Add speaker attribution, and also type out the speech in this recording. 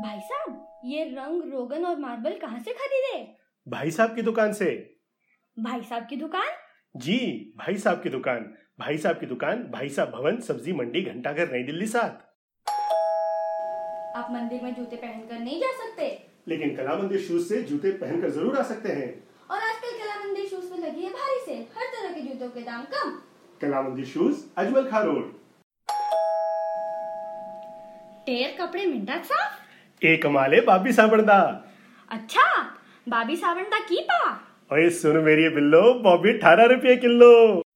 Speaker 1: भाई साहब ये रंग रोगन और मार्बल कहाँ से खरीदे
Speaker 2: भाई साहब की दुकान से
Speaker 1: भाई साहब की दुकान
Speaker 2: जी भाई साहब की दुकान भाई साहब की दुकान भाई साहब भवन सब्जी मंडी घंटाघर नई दिल्ली सात
Speaker 1: आप मंदिर में जूते पहनकर नहीं जा सकते
Speaker 2: लेकिन कला मंदिर शूज से जूते पहनकर जरूर आ सकते हैं
Speaker 1: और आजकल कला मंदिर शूज में लगी है भारी से हर तरह के जूतों के दाम कम
Speaker 2: कला मंदिर शूज अजमल खान रोड
Speaker 1: टेर कपड़े मिंडा साफ
Speaker 2: ए कमाले बाबी साबरदा
Speaker 1: अच्छा बाबी सावंता की पा
Speaker 2: ओए सुन मेरी बिल्लो बॉबी अठारह रुपये किलो